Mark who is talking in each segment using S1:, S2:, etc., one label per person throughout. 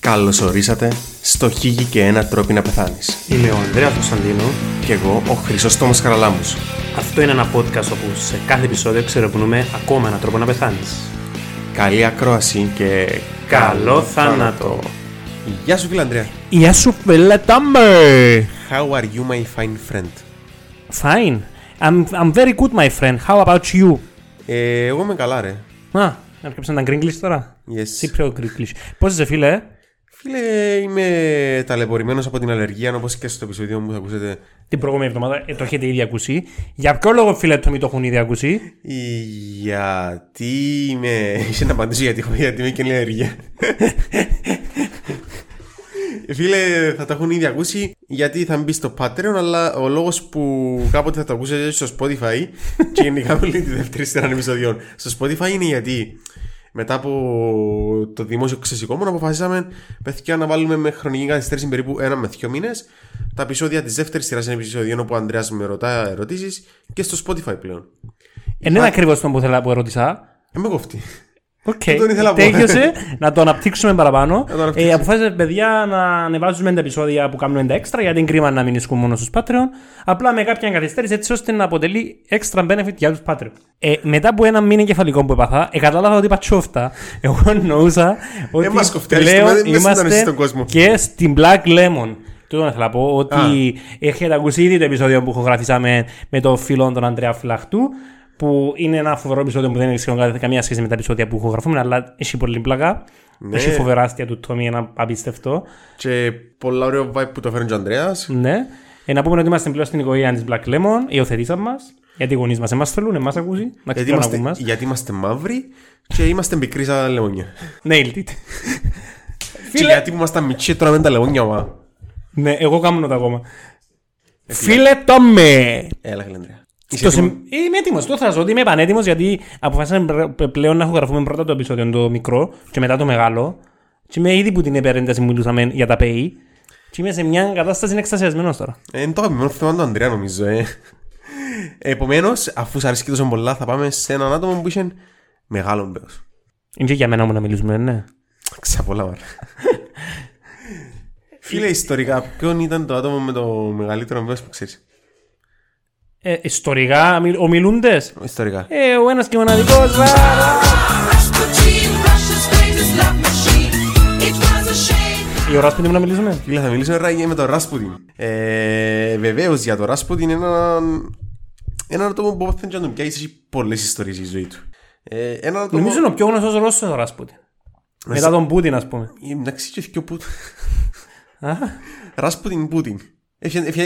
S1: Καλώς ορίσατε στο Χίγη και ένα τρόπο να πεθάνεις.
S2: Είμαι ο Ανδρέας Κωνσταντίνο.
S1: Κι εγώ ο Χρυσόστομος Χαραλάμπους.
S2: Αυτό είναι ένα podcast όπου σε κάθε επεισόδιο ξερευνούμε ακόμα έναν τρόπο να πεθάνεις.
S1: Καλή ακρόαση και...
S2: Καλό θάνατο.
S1: Γεια σου φίλε Ανδρέα.
S2: Γεια σου πελέτα με!
S1: How are you my fine friend.
S2: Fine. I'm, I'm very good my friend. How about you?
S1: Ε, εγώ είμαι καλά ρε.
S2: Α, έρχεψε να ήταν English τώρα.
S1: Yes.
S2: Cypriot English. Πώς είσαι φίλε, ε?
S1: Φίλε, είμαι ταλαιπωρημένος από την αλλεργία, όπως και στο επεισόδιο μου θα ακούσετε.
S2: Την προηγούμενη εβδομάδα ε, το έχετε ήδη ακούσει. Για ποιο λόγο φίλε το μη το έχουν ήδη ακούσει.
S1: Γιατί είμαι... Είχε να απαντήσω γιατί, έχω- γιατί είμαι και λέει αλλεργία. Ε, Φίλε, θα τα έχουν ήδη ακούσει γιατί θα μπει στο Patreon, αλλά ο λόγος που κάποτε θα το ακούσετε στο Spotify και γενικά όλη τη δεύτερη σειρά επεισοδιών στο Spotify είναι γιατί μετά από το δημόσιο ξεσηκώμενο αποφασίσαμε παιδιά να βάλουμε με χρονική καθυστέρηση περίπου ένα με δύο μήνες τα επεισόδια της δεύτερης σειράς επεισοδιών όπου ο Αντρέα με ρωτά ερωτήσεις και στο Spotify πλέον.
S2: Ε, δεν είναι ακριβώς τον που, θέλα, που ερώτησα.
S1: Ε, με κοφτεί.
S2: Οκ,
S1: τον ήθελα να πω.
S2: τέλειωσε να το αναπτύξουμε παραπάνω.
S1: το αναπτύξουμε.
S2: ε, αποφάσισα, παιδιά, να ανεβάζουμε τα επεισόδια που κάνουμε τα έξτρα, γιατί είναι κρίμα να μην ισχύουν μόνο στους Patreon. Απλά με κάποια καθυστέρηση, έτσι ώστε να αποτελεί extra benefit για τους Patreon. Ε, μετά από ένα μήνα κεφαλικό που έπαθα, ε, κατάλαβα ότι είπα τσόφτα. Εγώ εννοούσα ότι
S1: Ε, μας κοφτεί,
S2: πλέον
S1: αριστε, δεν συντονίζεις
S2: είμαστε
S1: τον κόσμο.
S2: και στην Black Lemon. Τούτο θέλω να πω ότι έχετε ακούσει ήδη το επεισόδιο που ηχογραφήσαμε με τον φίλο τον Αντρέα Φυλαχτού που είναι ένα φοβερό επεισόδιο που δεν έχει σχεδόν κα- καμία σχέση με τα επεισόδια που ηχογραφούμε αλλά έχει πολύ πλάκα.
S1: Ναι.
S2: Έχει φοβερά αστεία του Τόμι, ένα απίστευτο.
S1: Και πολλά ωραίο vibe που το φέρνει ο Αντρέα.
S2: Ναι. Ε, να πούμε ότι είμαστε πλέον στην οικογένεια της Black Lemon, υιοθετήσαμε μας. Γιατί οι γονείς μας εμά θέλουν, εμάς ακούσει. Να
S1: Γιατί
S2: ξέρουν
S1: είμαστε,
S2: να
S1: γιατί είμαστε μαύροι και είμαστε μικροί σαν λεμόνια.
S2: Nailed it.
S1: Και
S2: Ναι, Φίλε,
S1: γιατί που ήμασταν μικροί τώρα με τα λεμόνια μα.
S2: ναι, εγώ κάνω τα ακόμα.
S1: Ε,
S2: Φίλε Τόμι,
S1: Έλα, Γλέντρια.
S2: Το συμ- Είμαι έτοιμος. Το θα ζω ότι είμαι πανέτοιμος γιατί αποφάσισα πρέ- πλέον να έχω γραφούμε πρώτα το επεισόδιο το μικρό και μετά το μεγάλο. Και είμαι ήδη που την επέρενταση μιλούσαμε για τα ΠΕΗ. Και είμαι σε μια κατάσταση εξασιασμένος τώρα.
S1: Είναι Ε, το αγαπημένο θέμα του Αντρέα, νομίζω. Ε. Επομένως, αφού σ' αρέσει και τόσο πολλά, θα πάμε σε έναν άτομο που είχε μεγάλο μπέο.
S2: Είναι και για μένα μου να μιλήσουμε, ναι.
S1: Ξα πολλά μάρα. Φίλε, ιστορικά, ποιον ήταν το άτομο με το μεγαλύτερο μπέο που ξέρεις.
S2: Ε, ιστορικά, μιλ- ομιλούντες.
S1: Ιστορικά.
S2: Ε, ο ένας και μοναδικό.
S3: Rasputin, Russia's famous love machine. It was a shame.
S2: Η ώρα που να μιλήσουμε.
S1: Φίλε, θα μιλήσουμε τώρα για- με τον Ράσπουτιν. Ε, Βεβαίως για τον Ράσπουτιν είναι έναν. Ένα άτομο που όποτε και να τον πιάσει έχει πολλές ιστορίες στη ζωή του. Ε, ένα άτομο.
S2: Νομίζω είναι ο πιο γνωστός Ρώσος ο Ράσπουτιν. Μετά τον Πούτιν, ας πούμε.
S1: Ε, Εντάξει, και ο Πούτιν.
S2: Α,
S1: Ράσπουτιν Πούτιν.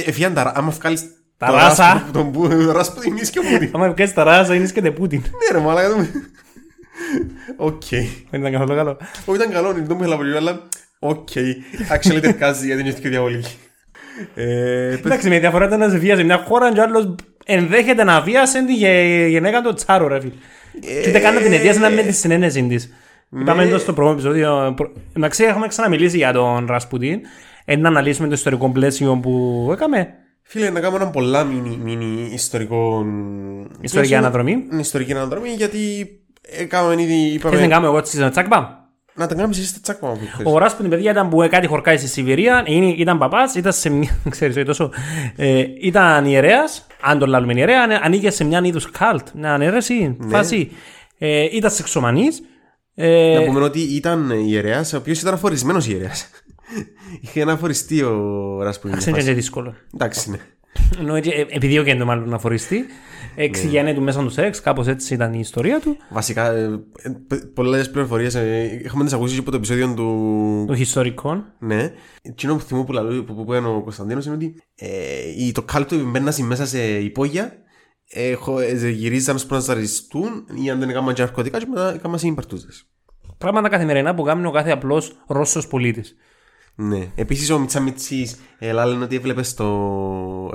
S1: Εφιάν τα. Άμα βγάλεις
S2: Τα
S1: τον
S2: ράσα.
S1: Ράσπουτιν- Τον Πού- Ράσπουτιν είσαι και ο Πούτιν.
S2: Άμα πιάσει τα ράζα, είναι και Πούτιν.
S1: Ναι, ρε, μαλάκα. το- Οκ.
S2: Δεν ήταν καθόλου καλό.
S1: Όχι, ήταν καλό, δεν μου ήθελα πολύ, αλλά. Οκ. Actually, δεν κάζει γιατί είναι και διαβολική. Ε, παι-
S2: Εντάξει, με διαφορά ήταν να σε βίασε μια χώρα και ο άλλος ενδέχεται να βίασε τη γε- γυναίκα του τσάρο, ρε φίλε. Κοίτα, κάνα την αιτία σαν να με τη συνένεση της. Είπαμε εδώ στο πρώτο επεισόδιο. προ- Να ξέρει, έχουμε ξαναμιλήσει για τον Ρασπουτίν. Ε, να αναλύσουμε το ιστορικό πλαίσιο που έκαμε.
S1: Φίλε, να κάνω έναν πολλά μίνι, μίνι ιστορικό.
S2: Ιστορική αναδρομή.
S1: Ναι, ιστορική αναδρομή, γιατί έκαναν ήδη. Είπαμε,
S2: Θες να κάνουμε εγώ τη τσάκπα.
S1: να τα κάνουμε εσύ στα τσάκμα μου.
S2: Ο Ράσπουτιν, παιδιά, ήταν που ε, κάτι χορκάει στη Σιβηρία. Είναι, ήταν παπάς, ήταν σε μια. ξέρεις, όχι τόσο. Ε, ήταν ιερέας. Αν τον λάβουμε ιερέα, ανε- ανήκε σε μια είδους καλτ. Να ανέρεση, φάση. Ε, ήταν σεξομανής. Ε,
S1: Ναι. Να πούμε ότι ήταν ιερέας, ο οποίος ήταν αφορισμένος ιερέας. Είχε ένα αφοριστή ο Ράσπουλ.
S2: ξέρεις, είναι δύσκολο.
S1: Εντάξει, ναι.
S2: Ενώ έτσι, ε, Επιδιώκεται το μάλλον να φοριστεί. Εξηγιάνεται του μέσα τους σεξ, κάπως έτσι ήταν η ιστορία του.
S1: Βασικά, ε, πολλές πληροφορίες ε, έχουμε τις ακούσει από το επεισόδιο του
S2: Των ιστορικών.
S1: Ναι. Εκείνο που θυμώ που, λαλού, που, που, που ο Κωνσταντίνος είναι ότι ε, η- το κάλτο μπαίνασε μέσα σε υπόγεια, ε, χω- ε, γυρίζαν να σπροναζαριστούν ή αν δεν έκαναν και ναρκωτικά και μετά έκαναν σε υπαρτούζες.
S2: Πράγματα καθημερινά που κάνει ο κάθε απλός Ρώσος πολίτης.
S1: Ναι. Επίσης ο Μιτσαμιτσής λένε ότι έβλεπε το.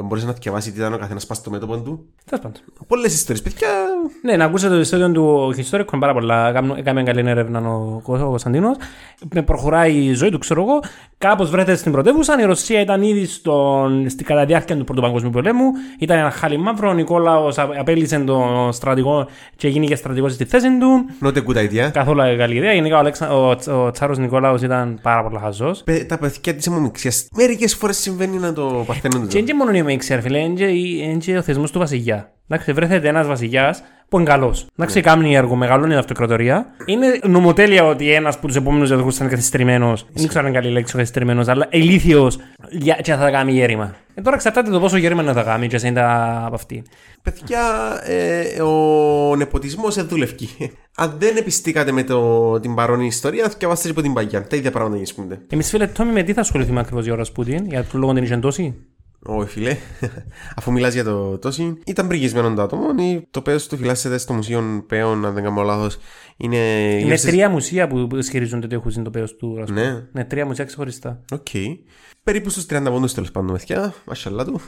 S1: Μπορούσε να διαβάσεις τι ήταν ο καθένας πας στο μέτωπο του.
S2: Τέλος πάντων.
S1: Πολλές ιστορίες, παιδιά.
S2: Ναι, να ακούσετε το επεισόδιο του Historic είναι πάρα πολλά. Κάμνου- Έκαμε καλή έρευνα ο Κο- ο Κωνσταντίνος. Προχωράει η ζωή του, ξέρω εγώ. Κάπως βρέθηκε στην πρωτεύουσα. Η Ρωσία ήταν ήδη στον, στην κατά διάρκεια του Πρώτου Παγκοσμίου Πολέμου. Ήταν ένα χάλι μαύρο. Ο Νικόλαος απέλυσε τον στρατηγό και γίνηκε στρατηγός στη θέση του.
S1: Not a good idea.
S2: Καθόλου καλή ιδέα. Γενικά ο, Αλέξα, ο, Τσ- ο Τσάρος Νικόλαος ήταν πάρα πολύ χαζό.
S1: Παι- Τα παιδιά της αιμομηξία. Μερικές φορές συμβαίνει να το παθαίνουν.
S2: Και
S1: το.
S2: είναι και μόνο η Μέιξ, ρε φίλε, είναι και- είναι και ο θεσμός του βασιλιά. Εντάξει, βρέθεται ένας βασιλιάς που είναι καλός. Εντάξει, κάνει έργο, μεγαλώνει την αυτοκρατορία. Είναι νομοτέλεια ότι ένας που τους επόμενους διαδοχού ήταν καθυστερημένος. Δεν ξέρω αν είναι καλή λέξη ο καθυστερημένος, αλλά ηλίθιος και θα τα κάνει γέρημα. Ε, τώρα εξαρτάται το πόσο γέρημα να τα κάνει, και σε είναι τα- από αυτή.
S1: Παιδιά, ε, ο νεποτισμός δεν δουλεύει. Αν δεν επιστήκατε με το, την παρόνη ιστορία, θα διαβάσετε από την παγιά. Τα ίδια πράγματα γίνονται.
S2: Εμείς, φίλε, Τόμι, με τι θα ασχοληθούμε ακριβώς η ώρα Πούτιν, για ποιο λόγο δεν είχε τόση.
S1: Όχι, φίλε. Αφού μιλάς για το τόση, ήταν πριγισμένο το άτομο. ή Το πέος του φυλάσσεται στο Μουσείο Πέων, αν δεν κάνω λάθος. Είναι.
S2: Είναι τρία μουσεία που ισχυρίζονται ότι έχουν το πέος του Ρασπούτιν.
S1: Ναι.
S2: Ναι, τρία μουσεία ξεχωριστά.
S1: Οκ. Περίπου στους 30 πόντους τέλος πάντων, μεθιά. Μασχαλά του.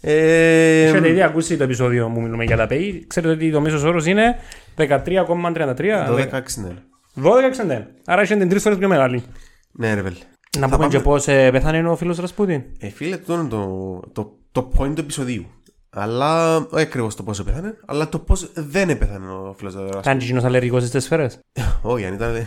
S1: Ε,
S2: Έχετε ήδη ακούσει το επεισόδιο που μιλούμε για τα ΠΕΗ. Ξέρετε ότι το μέσος όρος είναι 13,33.
S1: 12, ναι.
S2: 12,61. Άρα είναι την τρεις φορέ πιο μεγάλη.
S1: Ναι, ρε, βέλε.
S2: Να πούμε και πώς πέθανε ο φίλος Ρασπούτιν.
S1: Ε, φίλε, αυτό είναι το, το, το point του επεισοδίου. Αλλά, όχι ακριβώς το πόσο πέθανε, αλλά το πώς δεν έπεθανε ο φίλος Δαδρά.
S2: Ήταν και εκείνος αλλεργικός στις σφαίρες.
S1: Όχι, αν ήταν. δε.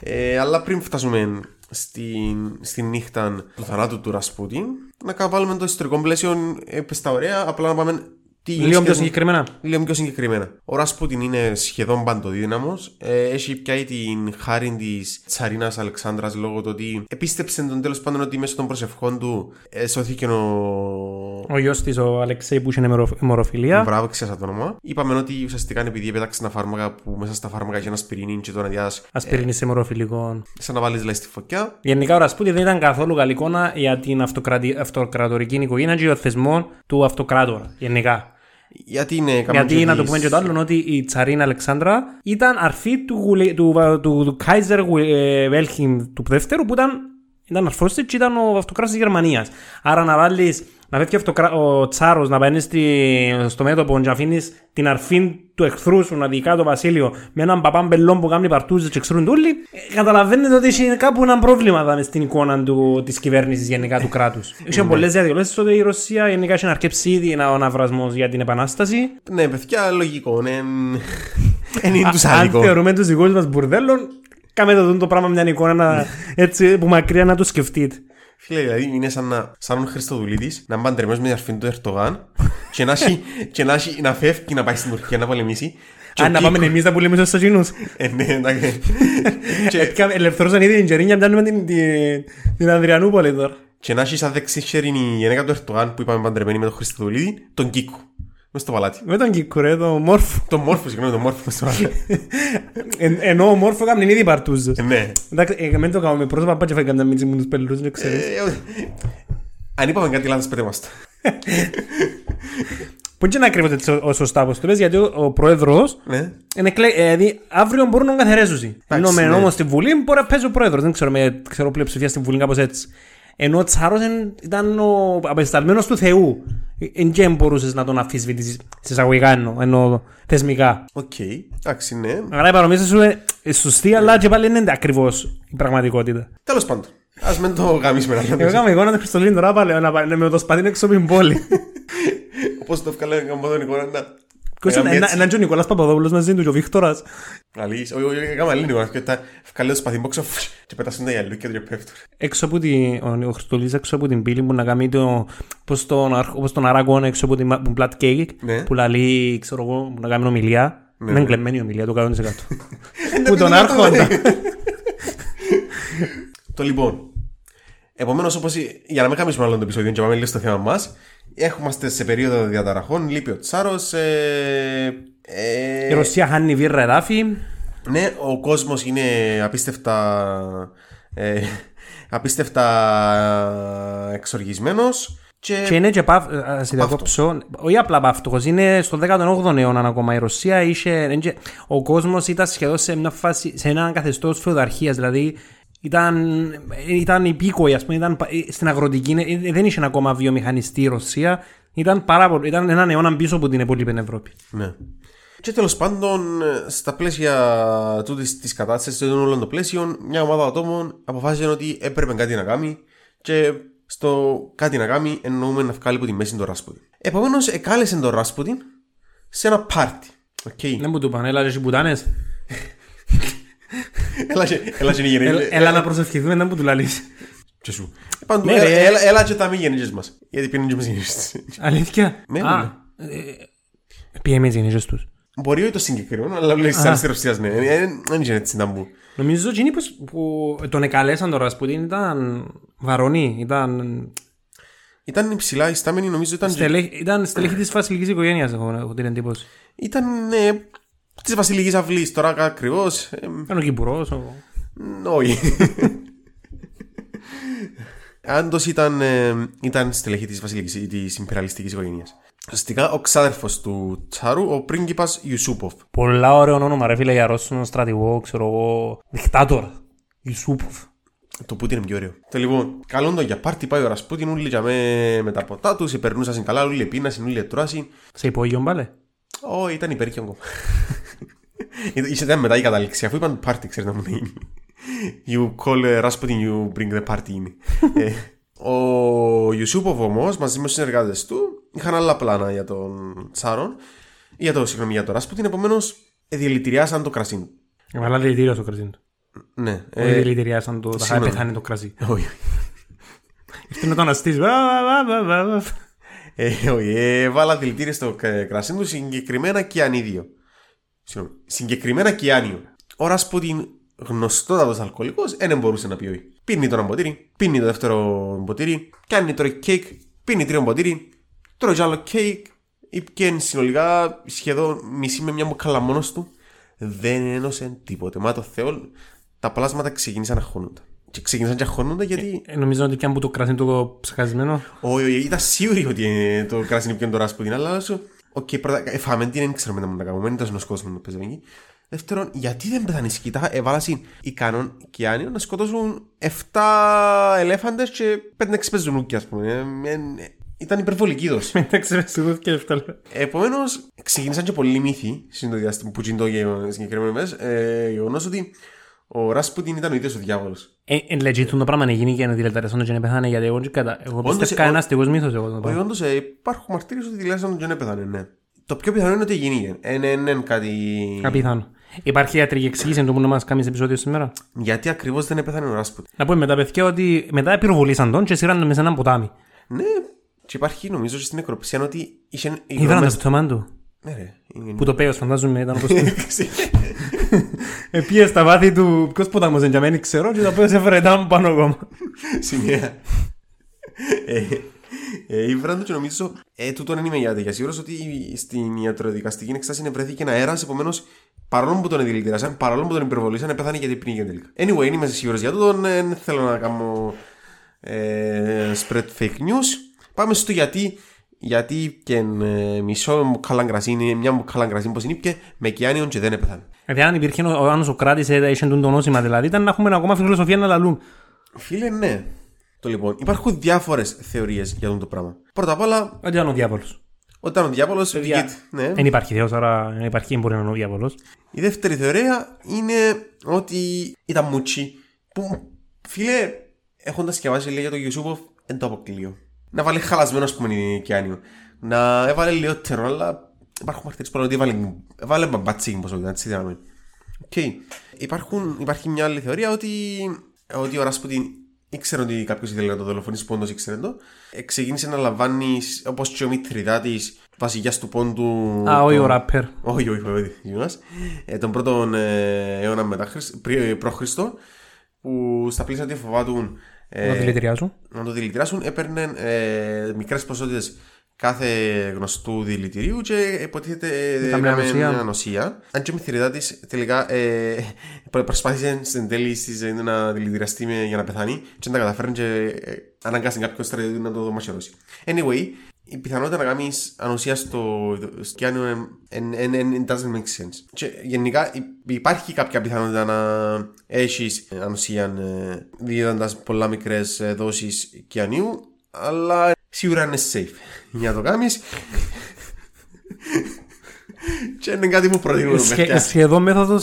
S1: Ε, αλλά πριν φτάσουμε στην, στη νύχτα του θανάτου του Ρασπούτιν, να κα- βάλουμε το ιστορικό πλαίσιο ε, πες τα ωραία, απλά να πάμε. Τι
S2: Λίγο πιο
S1: σχεδόν-
S2: συγκεκριμένα.
S1: Λίγο πιο συγκεκριμένα. Ο Ρασπούτιν είναι σχεδόν παντοδύναμος. Ε, έχει πιάει την χάρη της Τσαρίνας Αλεξάνδρας λόγω του ότι επίστεψε τον τέλος πάντων ότι μέσω των προσευχών του ε, σώθηκε ο.
S2: Ο γιος της, ο Αλεξέη, που είχε αιμορο- αιμορροφιλία.
S1: Μπράβο, ξέχασα το όνομα. Είπαμε ότι ουσιαστικά είναι επειδή επέταξε ένα φάρμακα που μέσα στα φάρμακα είχε ένα σπυρίνι και τον αδειάζει
S2: Ασπιρίνη αιμορροφιλικών.
S1: σαν να βάλεις λέει στη φωτιά.
S2: Γενικά ο Ρασπούτιν δεν ήταν καθόλου καλή εικόνα για την αυτοκρατι- αυτοκρατορική οικογένεια και ο θεσμός του αυτοκράτορα. Γενικά.
S1: Γιατί είναι καμία
S2: Γιατί να το πούμε και το άλλο, ότι η Τσαρίν Αλεξάνδρα ήταν αρφή του, γουλε- του, του, του, του Kaiser Wilhelm του δεύτερου που ήταν, ήταν αρφός της και ήταν ο αυτοκράτης της Γερμανίας. Άρα να βάλεις, να φεύγει αυτοκρα... ο Τσάρος να παίρνει στη- στο μέτωπο και να αφήνεις την αρφή του εχθρού σου να διοικά το βασίλειο με έναν παπάν μπελόν που κάνει παρτούζες και ξέρουν όλοι, ε, καταλαβαίνετε ότι είχε κάπου ένα πρόβλημα δάμε, στην εικόνα του, της κυβέρνησης γενικά του κράτους. Είχε πολλές διαδηλώσεις ότι η Ρωσία γενικά είχε αρκέψει ήδη ένα αναβρασμός για την επανάσταση.
S1: Ναι, παιδιά, λογικό. Ναι, δεν είναι τους
S2: Α- Αν
S1: άδικο.
S2: θεωρούμε τους δικούς μας μπουρδέλων, κάμε το δουν το πράγμα μια εικόνα να- έτσι που μακριά να το σκεφτείτε.
S1: Φίλε, δηλαδή είναι σαν, να, σαν ο Χριστοδουλίδης να είναι παντρεμένο με την αρφή του Ερτογάν και να, έχει, και να, έχει, να φεύγει να πάει στην Τουρκία να πολεμήσει. Και
S2: Αν
S1: ο
S2: να
S1: Κίκος-
S2: πάμε εμείς να πουλήσουμε στους Αγίνου.
S1: Ε, ναι, εντάξει. και,
S2: Ελευθερώσαν ήδη την Τζερίνια, πιάνουμε την, την, την Ανδριανούπολη τώρα.
S1: και να έχει σαν δεξί χέρι η γυναίκα του Ερτογάν που είπαμε παντρεμένη με τον Χριστοδουλίδη, τον Κίκο. Μες στο παλάτι.
S2: Με τον Κικουρέ, τον Μόρφο.
S1: Τον μόρφο, συγγνώμη, τον μόρφο. μες στο παλάτι.
S2: Εν, Ε, ενώ ο Μόρφο έκαναν ήδη παρτούζες.
S1: Ε, ναι.
S2: Εντάξει, ε, μην το κάνουμε πρόσωπα, πάντια φέγγαν τα μίτσι μου τους πελούς, δεν ξέρεις.
S1: Ε, ε, Αν είπαμε κάτι λάθος, πέτε μας το.
S2: Που είναι και να κρύβεται έτσι ο- ο σωστά όπως το πες, γιατί ο, ο πρόεδρος
S1: Ναι.
S2: Είναι κλε- ε, δηλαδή, αύριο μπορούν να καθαρέσουν. Ενώ με
S1: ναι.
S2: νόμο στη Βουλή μπορεί να παίζει ο πρόεδρος. Δεν ξέρω, με, ξέρω πλειοψηφία στη Βουλή, κάπως έτσι. Ενώ ο Τσάρος ήταν ο απεσταλμένος του Θεού. Εν και μπορούσες να τον αφισβητήσεις σε εισαγωγικά εννοώ, εννοώ θεσμικά.
S1: Οκ. Εντάξει, ναι.
S2: Άρα η παρομοίωση σου είναι σωστή, αλλά και πάλι δεν είναι ακριβώς η πραγματικότητα.
S1: Τέλος πάντων. Ας μην το γαμίσουμε να
S2: Εγώ
S1: λέμε.
S2: έκανα εικόνα του Χριστολίνου τώρα πάλι να πάει- με το σπαθί έξω από την πόλη.
S1: Πώς το βγάλε ένα τον εικόνα να...
S2: Και
S1: Έκαμε έτσι.
S2: έναν και ο Νικολά Παπαδόπουλος μαζί του και ο Βίκτορας.
S1: Αλήθεια. Όχι, όχι, έκαμε άλλη εικόνα. Και τα βγάλε το σπαθί μπόξο φου, και πετάσουν τα γυαλού και τρία πέφτουν.
S2: Έξω από τη, ο, ο Χριστολής έξω από την πύλη που να κάνει το, πως τον, αρχ- όπως τον Αραγκόν έξω από την μα- που Black Cake
S1: Ναι.
S2: που λαλεί, ξέρω εγώ, που να κάνει ομιλία.
S1: Ναι,
S2: είναι
S1: ναι.
S2: εγκλεμμένη ομιλία, το 100%. που τον άρχοντα.
S1: Το λοιπόν. Επομένω, όπω. Για να μην χαμίσουμε άλλο το επεισόδιο και πάμε λίγο στο θέμα μα, είμαστε σε περίοδο διαταραχών. Λείπει ο Τσάρος. Ε, ε,
S2: Η Ρωσία χάνει βίρρα εδάφη.
S1: Ναι, ο κόσμος είναι απίστευτα. Ε, απίστευτα εξοργισμένος. Και,
S2: Και είναι και παύ, α, σε διακόψω, όχι απλά παύτοχος, είναι στο 18ο αιώνα ακόμα. Η Ρωσία είχε, εν και- ο κόσμος ήταν σχεδόν σε μια φάση, σε έναν καθεστώς φεουδαρχίας, δηλαδή Ήταν, ήταν υπήκοοι, ας πούμε, ήταν πα- ε, στην αγροτική, ε, ε, δεν είχε ακόμα βιομηχανιστή η Ρωσία. Ήταν, πάρα πολύ, ήταν έναν αιώνα πίσω από την υπόλοιπη Ευρώπη.
S1: Ναι. Και τέλος πάντων, ε, στα πλαίσια τούτης της κατάστασης των όλων των πλαίσιων, μια ομάδα ατόμων αποφάσισε ότι έπρεπε κάτι να κάνει και στο κάτι να κάνει εννοούμε να βγάλει από τη μέση τον Ράσπουτιν. Επομένως, εκάλεσε τον Ράσπουτιν σε ένα πάρτι. Οκ.
S2: Δεν μου του πάνε, έλα ρε σιμπουτάνες.
S1: Έλα και- Έλα και είναι
S2: Έλα-
S1: γεννή.
S2: Έλα να προσευχηθούμε, δεν μου του λαλείς.
S1: Και σου. Παντού,
S2: Ναι,
S1: έλα-
S2: ρε.
S1: έλα- έλα και τα μη γεννήτες μας. Γιατί πίνουν και με γεννήτες.
S2: Αλήθεια.
S1: Ναι,
S2: Α, ε, Πήγε με τις γεννήσεις τους.
S1: Μπορεί όχι το συγκεκριμένο, αλλά λέει τη
S2: Α.
S1: άλλη τεροψία, ναι. Ε, ε, Δεν είναι έτσι ταμπού.
S2: Νομίζω ότι είναι πως- που ε, τον εκαλέσαν τον Ρασπουτίν ήταν βαρονή, ήταν
S1: Ήταν υψηλά ιστάμενη, νομίζω ήταν. και-
S2: στελέχη, ήταν στελέχη της βασιλικής οικογένειας έχω, έχω την εντύπωση.
S1: Ήταν ε, της Βασιλικής Αυλής, τώρα ακριβώς.
S2: Ήταν ο Κυπουρός. Ο...
S1: Όχι. Άντως ήταν, ε, ήταν στελέχη της Βασιλικής της Ιμπεραλιστικής οικογένειας. Ουσιαστικά ο ξάδερφος του Τσάρου, ο πρίγκιπας Ιουσούποφ.
S2: Πολλά ωραίο όνομα ρε φίλε για Ρώσον στρατηγό, ξέρω εγώ, δικτάτορα. Ιουσούποφ.
S1: Το Πούτιν είναι πιο ωραίο. Το λοιπόν, καλόν τον για πάρτι, πάει ο Ρασπούτιν, ούλοι για με, με τα ποτά τους, περνούσαν καλά, ούλοι πίνασαν, ούλοι τρώασαν.
S2: Σε υπόγειον πάλι.
S1: Ω, ήταν υπέρ και ακόμα. Ήταν- Ήταν μετά η κατάληξη, αφού είπαν party, ξέρετε να μου είναι. You call uh, Rasputin, you bring the party in. Ε, ο Ιουσούποβ όμω, μαζί με τους συνεργάτες του, είχαν άλλα πλάνα για τον Τσάρον, για το, συγγνώμη, για τον Ράσπουτιν, επομένω δηλητηριάσαν το κρασί του.
S2: Αλλά δηλητηρίω το κρασί του.
S1: Ναι.
S2: Όχι
S1: ε,
S2: δηλητηριάσαν το, θα
S1: συγγνώμη.
S2: πεθάνει το κρασί.
S1: όχι.
S2: Ήρθε να το αναστείς. βα, βα, βα, βα, βα.
S1: Ε, όχι, ε, βάλα δηλητήρια στο κα- κρασί του συγκεκριμένα κιανίδιο. Συγγνώμη, Συγκεκριμένα κιάνιο. Ο Ρασπούτιν, γνωστότατος αλκοολικός, δεν μπορούσε να πιει. Πίνει το ένα ποτήρι, πίνει το δεύτερο ποτήρι, κάνει τώρα κέικ, πίνει τρία ποτήρι, τρώει κι άλλο κέικ, ήπιε συνολικά σχεδόν μισή με μια μπουκάλα μόνος του. Δεν ένωσε τίποτε. Μα το Θεό, τα πλάσματα ξεκίνησαν να χώνονται. Και ξεκίνησαν και να χώνονται γιατί.
S2: Ε, Νομίζω ότι πιάνουν που το κρασί του ψεχασμένο.
S1: Όχι, όχι, ήταν σίγουροι ότι ε, το κράσι είναι πιο εντορά που την αλλά σου. Οκ, πρώτα, εφάμε την δεν ξέρουμε να μου να κάνουμε, δεν ήταν γνωστός μου να παίζουμε εκεί. Δεύτερον, γιατί δεν πεθάνει σκητά, εβάλασαν ικανόν και άνιο να σκοτώσουν 7 ελέφαντες και 5-6 πεζουνούκια, ας πούμε. Ε, ε, ε, ήταν υπερβολική δόση.
S2: Εντάξει, ρε, σου δόθηκε λεφτά, λέω.
S1: Επομένως, ξεκίνησαν και πολλοί μύθοι στην το διάστημα που τσιντώ για συγκεκριμένο μες, ε, γεγονός ότι ο Ράσπουτιν ήταν ο ίδιος ο διάβολος.
S2: Ε, ε, legit το πράγμα να γίνει και να δηληταριάσουν και να πεθάνε γιατί εγώ, δεν κατα... εγώ
S1: Όντως,
S2: πιστεύω
S1: ε,
S2: ένα αστικός μύθος εγώ το
S1: Όχι,
S2: πράγμα.
S1: όντως ε, υπάρχουν μαρτύρες ότι τηλέφωνο δεν έπεθανε, ναι. Το πιο πιθανό είναι ότι γίνει. Ε, ναι, ναι, κάτι.
S2: Απίθανο. Υπάρχει ιατρική εξήγηση το που να μας κάνεις επεισόδιο σήμερα.
S1: Γιατί ακριβώς δεν έπεθανε ο Ράσπουτ.
S2: Να πούμε μετά παιδιά ότι μετά πυροβολήσαν τον και σειράν τον μέσα σε ένα ποτάμι.
S1: Ναι, και υπάρχει νομίζω και στην νεκροψία ότι είχε.
S2: Είδαν το στόμα του.
S1: Ναι, ρε.
S2: Που το πέος φαντάζομαι ήταν όπως...
S1: Ξε-
S2: Επίε Ε, στα βάθη του ποιος ποτάμος είναι για μένα ξέρω και το πέος έφερε τα μου πάνω ακόμα.
S1: Σημαία. Ε, ε, η Βράντο και νομίζω, ε, τούτον δεν είμαι για για σίγουρος ότι στην ιατροδικαστική εξετάση βρέθηκε ένα αέρας, επομένως παρόλο που τον δηλητηράσαν, παρόλο που τον υπερβολήσαν, πέθανε γιατί πνίγηκε τελικά. Anyway, δεν είμαι σίγουρος για τούτον, ε, δεν θέλω να κάνω ε, spread fake news. Πάμε στο γιατί, γιατί και ε, μισό μου καλά γκρασί, είναι μια μου καλά γκρασί, πως είναι και με κιάνιον και δεν έπεθανε.
S2: Γιατί αν υπήρχε ο- ο Άννος ο Κράτης ε, είχε τον το νόσημα δηλαδή ήταν να έχουμε ακόμα φιλοσοφία να λαλούν.
S1: Φίλε, ναι. Το λοιπόν, υπάρχουν διάφορες θεωρίες για αυτό το πράγμα. Πρώτα απ' όλα,
S2: Ότι ήταν ο διάβολος.
S1: Όταν ο διάβολος.
S2: Παιδιά.
S1: Ναι.
S2: Δεν υπάρχει Θεός, άρα δεν υπάρχει μπορεί να είναι ο διάβολος.
S1: Η δεύτερη θεωρία είναι ότι ήταν μουτσι. Που φίλε, έχοντας διαβάσει λέει για τον Γιουσούποφ, δεν το αποκλείω. Να βάλει χαλασμένο, ας πούμε, και άνιο. Να έβαλε λιότερο, αλλά υπάρχουν μαρτυρίε που λένε ότι έβαλε, έβαλε μπαμπατσίγ, πώ ήταν, έτσι είδαμε. Οκ. Υπάρχουν, υπάρχει μια άλλη θεωρία ότι, ότι ο Ράσπουτιν ήξερε ότι κάποιος ήθελε να το δολοφονήσει, που όντως ήξερε το. Ε, ξεκίνησε να λαμβάνει, όπως και ο Μητριδάτης, βασιλιάς του πόντου.
S2: Α, όχι
S1: τον-
S2: ο ράπερ.
S1: όχι, όχι, όχι, Γιούνας. Ε, τον πρώτον ε, αιώνα μετά Χριστ- πρι- ε, προ Χριστό, που στα πλαίσια τη φοβάτουν ε,
S2: Να δηλητηριάζουν.
S1: να το δηλητηράσουν, έπαιρνε ε, μικρές ποσότητες κάθε γνωστού δηλητηρίου και υποτίθεται ε,
S2: Ήταν μια
S1: έκαμε
S2: νοσία.
S1: μια νοσία. Αν και ο μυθυριδά της τελικά ε, προ- προσπάθησε στην τέλη στις, ε, να δηλητηριαστεί με- για να πεθάνει, και δεν τα καταφέρνει και ε, αναγκάστηκε κάποιος στρατιώτη να το μαχαιρώσει. Anyway, η πιθανότητα να κάνεις ανοσία στο σκιάνιο doesn't make sense. Και γενικά υ- υπάρχει κάποια πιθανότητα να έχεις ανοσία δίδοντα πολλά μικρές δόσει κιανίου, αλλά σίγουρα είναι safe για να το κάνεις. και είναι κάτι που προτείνουμε.
S2: Σχε,
S1: παιδιά.
S2: σχεδόν μέθοδος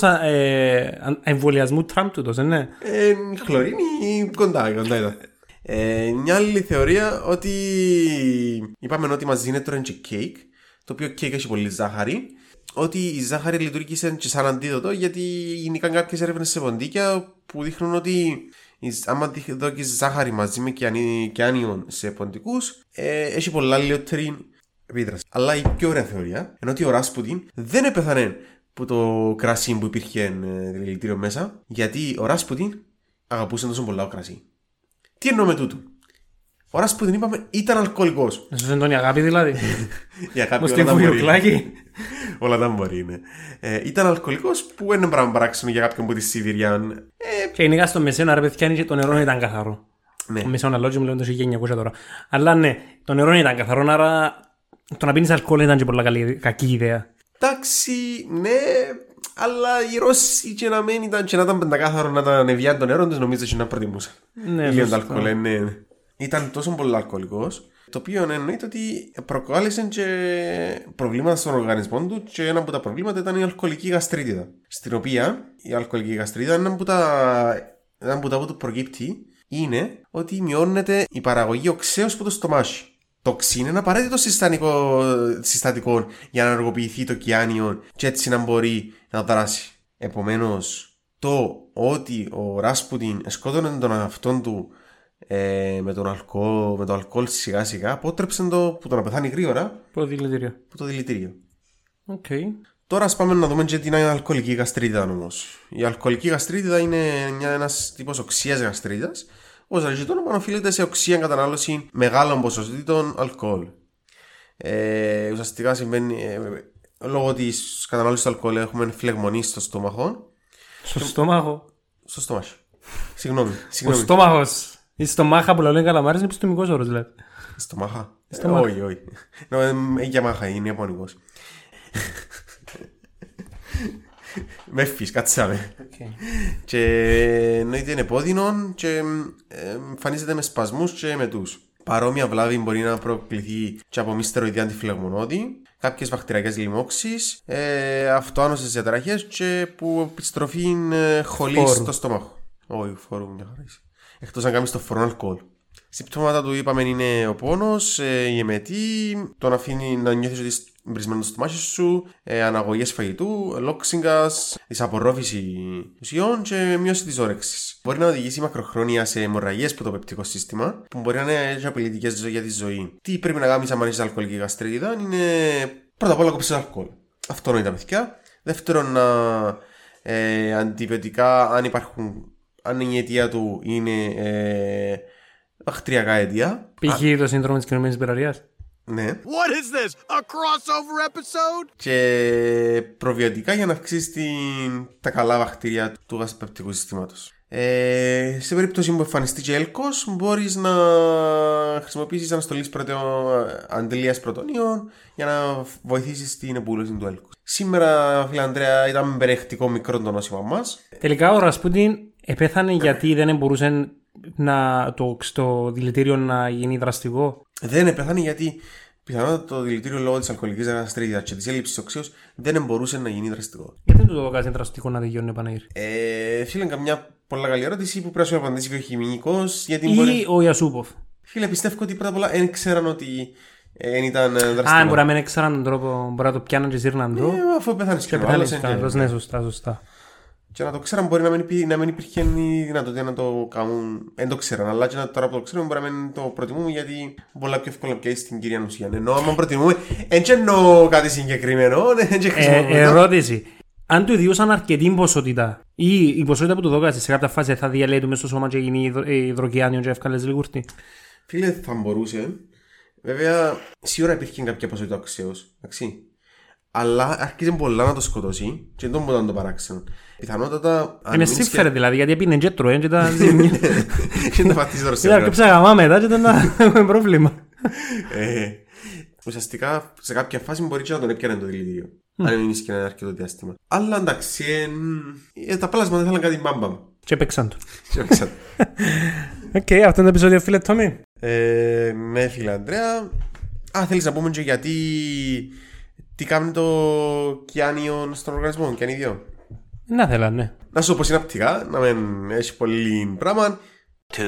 S2: εμβολιασμού Τραμπ ναι. του, δεν είναι.
S1: Ε, χλωρίνη κοντά, κοντά ήταν. Ε, μια άλλη θεωρία ότι είπαμε ότι μας δίνεται τώρα και κέικ, το οποίο κέικ έχει πολύ ζάχαρη, ότι η ζάχαρη λειτουργεί σαν- και σαν αντίδοτο γιατί γίνηκαν κάποιες έρευνες σε ποντίκια που δείχνουν ότι η ζ- άμα δι- δόκεις ζάχαρη μαζί με κιανι- κιάνιον σε ποντικούς ε, έχει πολλά λιότερη επίδραση. Αλλά η πιο ωραία θεωρία ενώ ότι ο Ράσπουτιν δεν έπεθανε που το κρασί που υπήρχε ε, δηλητήριο μέσα γιατί ο Ράσπουτιν αγαπούσε τόσο πολλά ο κρασί. Τι εννοώ με τούτο. Ο Ράσπουτιν είπαμε ήταν αλκοολικός.
S2: Να σου δεν τον η αγάπη δηλαδή.
S1: Για
S2: Μω
S1: κάποιον
S2: στη βουλιοκλάκη.
S1: Όλα τα μπορεί, ναι. Ε, ήταν αλκοολικός που είναι πράγμα παράξενο για κάποιον που τη Σιβηριά.
S2: Και γενικά στο μεσαίωνα ρε παιδιά και το νερό ήταν καθαρό.
S1: Ε, Ναι.
S2: Ο μεσαίωνα λόγια μου λένε το 1900 τώρα. Αλλά ναι, το νερό ήταν καθαρό, άρα το να πίνεις αλκοόλ ήταν και πολλά καλή, κακή ιδέα.
S1: Εντάξει, ναι, αλλά οι Ρώσοι και να μην ήταν και να ήταν πεντακάθαρο να τα ανεβιάν των νερών τους νομίζω και να προτιμούσαν.
S2: Ναι,
S1: Λίγο
S2: σωστό.
S1: τα αλκοόλ, ε, ναι, ναι. Ήταν τόσο πολύ αλκοολικός, το οποίο εννοείται ότι προκάλεσε και προβλήματα στον οργανισμό του και ένα από τα προβλήματα ήταν η αλκοολική γαστρίτιδα. Στην οποία η αλκοολική γαστρίτιδα είναι ένα από τα, ένα από τα που του προκύπτει είναι ότι μειώνεται η παραγωγή οξέως από το στομάχι. Το ξύ είναι ένα απαραίτητο συστατικό, συστατικό για να ενεργοποιηθεί το κιάνιο και έτσι να μπορεί να δράσει. Επομένως, το ότι ο Ράσπουτιν σκότωνε τον αυτόν του ε, με, τον αλκό, με το αλκοόλ σιγά σιγά απότρεψε το που το να πεθάνει γρήγορα
S2: Πρώτο δηλητήριο.
S1: από το δηλητήριο.
S2: Οκ.
S1: Τώρα ας πάμε να δούμε και την αλκοολική γαστρίτιδα όμως. Η αλκοολική γαστρίτιδα είναι ένας τύπος οξίας γαστρίδας, ο ζαριζιτό όνομα οφείλεται σε οξία κατανάλωση μεγάλων ποσοστήτων αλκοόλ. Ε, ουσιαστικά συμβαίνει. ε, λόγω της κατανάλωσης του αλκοόλ έχουμε φλεγμονή στο στόμαχο.
S2: Στο στόμαχο.
S1: Στο στόμαχο. Συγγνώμη.
S2: Ο
S1: συγγνώμη.
S2: στόμαχος. Η στομάχα που λένε καλαμάρες είναι επιστημικός όρος δηλαδή.
S1: Στομάχα.
S2: Στομάχα.
S1: Ε, όχι, όχι. Νο, ε, μ, ε, για μάχα, είναι ιαπωνικός. Με φύση, κάτσαμε. Και εννοείται είναι πόδινο και ε, εμφανίζεται με σπασμούς και με τους. Παρόμοια βλάβη μπορεί να προκληθεί και από μη στεροειδή αντιφλεγμονώδη, κάποιες βακτηριακές λοιμώξεις, ε, αυτοάνωσες διαταραχές και που επιστροφή ε, χολή
S2: Φόρου.
S1: στο στόμαχο. Όχι, φόρου μια χαρά είσαι. Εκτός αν κάνεις το φορνό αλκοόλ. Συμπτώματα του είπαμε είναι ο πόνος, ε, η εμετή, το να αφήνει να νιώθεις ότι είσαι μπρισμένο στο μάχη σου, ε, αναγωγές φαγητού, λόξιγκας, δυσαπορρόφηση ουσιών και μείωση της όρεξης. Μπορεί να οδηγήσει μακροχρόνια σε αιμορραγίες από το πεπτικό σύστημα, που μπορεί να είναι απειλητικές για τη ζωή. Τι πρέπει να κάνεις αν είσαι αλκοολική γαστρίδα είναι πρώτα απ' όλα κόψεις αλκοόλ. Αυτό είναι τα παιδιά. Δεύτερον, να ε, αντιβιωτικά αν υπάρχουν αν η αιτία του είναι ε, βακτηριακά αιτία.
S2: Π.χ. το σύνδρομο της κοινωνικής πειραρίας.
S1: Ναι.
S4: What is this? A crossover episode?
S1: Και προβιωτικά για να αυξήσει την- τα καλά βακτήρια του γαστροπεπτικού συστήματος. Ε, σε περίπτωση που εμφανιστεί και έλκος, μπορείς να χρησιμοποιήσεις αναστολής πρωτεο- αντιλίας πρωτονίων για να βοηθήσεις την επούλωση του έλκους. Σήμερα, φίλε Ανδρέα, ήταν περιεκτικό μικρό το νόσημα μας.
S2: Τελικά ο Ρασπούτιν επέθανε γιατί δεν μπορούσε να το, το δηλητήριο να γίνει δραστικό.
S1: Δεν επέθανε γιατί πιθανότατα το δηλητήριο λόγω της αλκοολικής αναστρίδα και της έλλειψης οξύως δεν μπορούσε να γίνει δραστικό.
S2: Γιατί δεν του το κάνει δραστικό να δικαιώνει επαναγύρ.
S1: Ε, φίλε, καμιά πολλά καλή ερώτηση που πρέπει να σου απαντήσει βιοχημικό. Γιατί μπορεί.
S2: Ή ο Ιασούποφ.
S1: Φίλε, πιστεύω ότι πρώτα απ' όλα δεν ξέραν ότι δεν ήταν ε,
S2: Α,
S1: δραστικό.
S2: μπορεί να μην έξαραν τον τρόπο, μπορεί να το πιάνουν και σύρναν το.
S1: Ε, αφού πέθανε και
S2: Και
S1: ο άλλο.
S2: πεθάνεις κανένας. Ναι, σωστά, σωστά.
S1: Και να το ξέραν μπορεί να μην, υπή- να μην υπήρχε η δυνατότητα να το κάνουν. Δεν το ξέραν. Αλλά και να, τώρα που το ξέρουμε μπορεί να μην το προτιμούμε γιατί πολλά πιο εύκολα πιάσει την κυρία ουσία. Ενώ άμα προτιμούμε, δεν εννοώ κάτι συγκεκριμένο. Δεν
S2: Ε,
S1: χρησιμοποιούμε. το.
S2: ερώτηση. Αν του ιδιούσαν αρκετή ποσότητα ή η ποσότητα που του δόκασε σε κάποια φάση θα διαλύει του μέσα στο σώμα και γίνει υδρο- ε, υδροκιάνιο και έφκαλες λιγούρτι.
S1: Φίλε, θα μπορούσε. Βέβαια, σίγουρα υπήρχε κάποια ποσότητα αξίω. Εντάξει. Αλλά άρχισε πολλά να το σκοτώσει και δεν μπορεί να το παράξενο. Πιθανότατα. αν
S2: Είναι
S1: μείνεις
S2: σύμφερε δηλαδή γιατί έπινε και τρώε και ήταν ζημιά.
S1: και- Και να πατήσει
S2: Ήταν
S1: ρωσικά.
S2: αρκεψα γαμά μετά και ήταν ένα πρόβλημα.
S1: Ε, ουσιαστικά σε κάποια φάση μπορεί και να τον έπιανε το δηλητήριο. Αν μείνεις και ένα αρκετό διάστημα. Αλλά εντάξει, εν- ε, τα πλάσματα θέλαν κάτι μπαμπαμ.
S2: Και παίξαν του.
S1: Και έπαιξαν.
S2: Οκ, αυτό είναι το επεισόδιο, φίλε Τόμι.
S1: Ε, με φίλε Αντρέα. Α, θέλεις να πούμε και γιατί. Τι κάνει το Κιάνιον στον οργανισμό, Κιάνιδιο.
S2: Να θέλα, ναι.
S1: Να σου πω συναπτικά, να μην έχει πολύ πράγμα.
S5: 2,000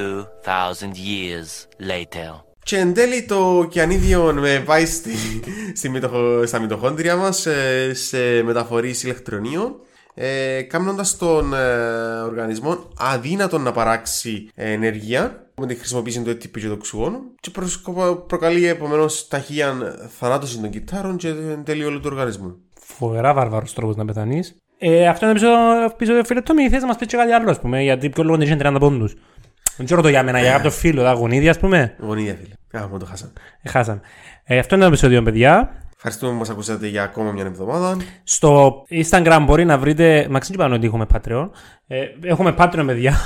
S5: years later.
S1: Και εν τέλει το Κιανίδιο με πάει στη, στη μυτοχο- στα μυτοχόντρια μα σε, σε μεταφορή ηλεκτρονίων. Ε, Κάνοντα τον ε, οργανισμό αδύνατο να παράξει ε, ενέργεια με τη χρησιμοποίηση του ATP και των ξυγόνων και προσκοπα- προκαλεί επομένως ταχεία θανάτωση των κυτάρων και εν τέλει όλου του οργανισμού.
S2: Φοβερά βάρβαρος τρόπος να πεθάνεις. Ε, αυτό είναι το επεισόδιο- επεισόδιο, φίλε Τόμι. Θες να μας πεις και κάτι άλλο, ας πούμε, γιατί πιο λόγο δεν είχε 30 πόντους. Δεν ξέρω το για μένα, για κάποιο φίλο, τα γονίδια, ας πούμε.
S1: Γονίδια, Λοιπόν, φίλε. Α, μου το χάσαμε.
S2: Ε, Χάσαμε. Ε, αυτό είναι το επεισόδιο, παιδιά.
S1: Ευχαριστούμε που μας ακούσατε για ακόμα μια εβδομάδα.
S2: Στο Instagram μπορεί να βρείτε. Μα ξέρετε πάνω ότι έχουμε Patreon. Ε, έχουμε Patreon, παιδιά.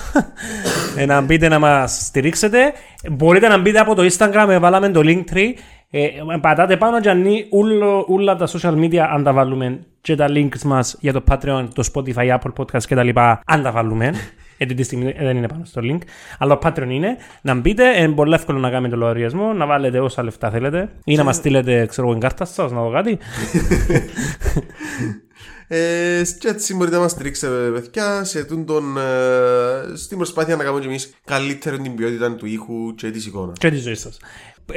S2: ε, να μπείτε να μας στηρίξετε. Μπορείτε να μπείτε από το Instagram, ε, βάλαμε το link tree. Ε, πατάτε πάνω και ανή ούλο- όλα τα social media αν τα βάλουμε και τα links μας για το Patreon, το Spotify, Apple Podcast και τα λοιπά αν τα βάλουμε. Γιατί τη στιγμή ε, δεν είναι πάνω στο link. Αλλά το Patreon είναι. Να μπείτε, είναι πολύ εύκολο να κάνετε λογαριασμό, να βάλετε όσα λεφτά θέλετε ή να μας στείλετε, ξέρω εγώ, την κάρτα σας, να δω κάτι.
S1: Ε, και έτσι μπορείτε να μας στηρίξετε παιδιά σε τούν τον, ε, στην προσπάθεια να κάνουμε και εμείς καλύτερη την ποιότητα του ήχου και της εικόνας.
S2: και της ζωής σας.
S1: Δεν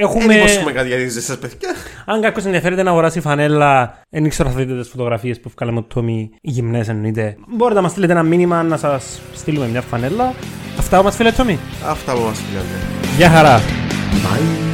S2: Έχουμε...
S1: υπόσχομαι κάτι για τις σας παιδιά.
S2: Αν κάποιος ενδιαφέρεται να αγοράσει φανέλα, δεν ήξερα αν θα δείτε τις φωτογραφίες που βγάλαμε το Τόμι, γυμνές εννοείται. Μπορείτε να μας στείλετε ένα μήνυμα να σας στείλουμε μια φανέλα. Αυτά μας φίλε Τόμι.
S1: Αυτά από μας φιλιά.
S2: Γεια χαρά.
S1: Bye.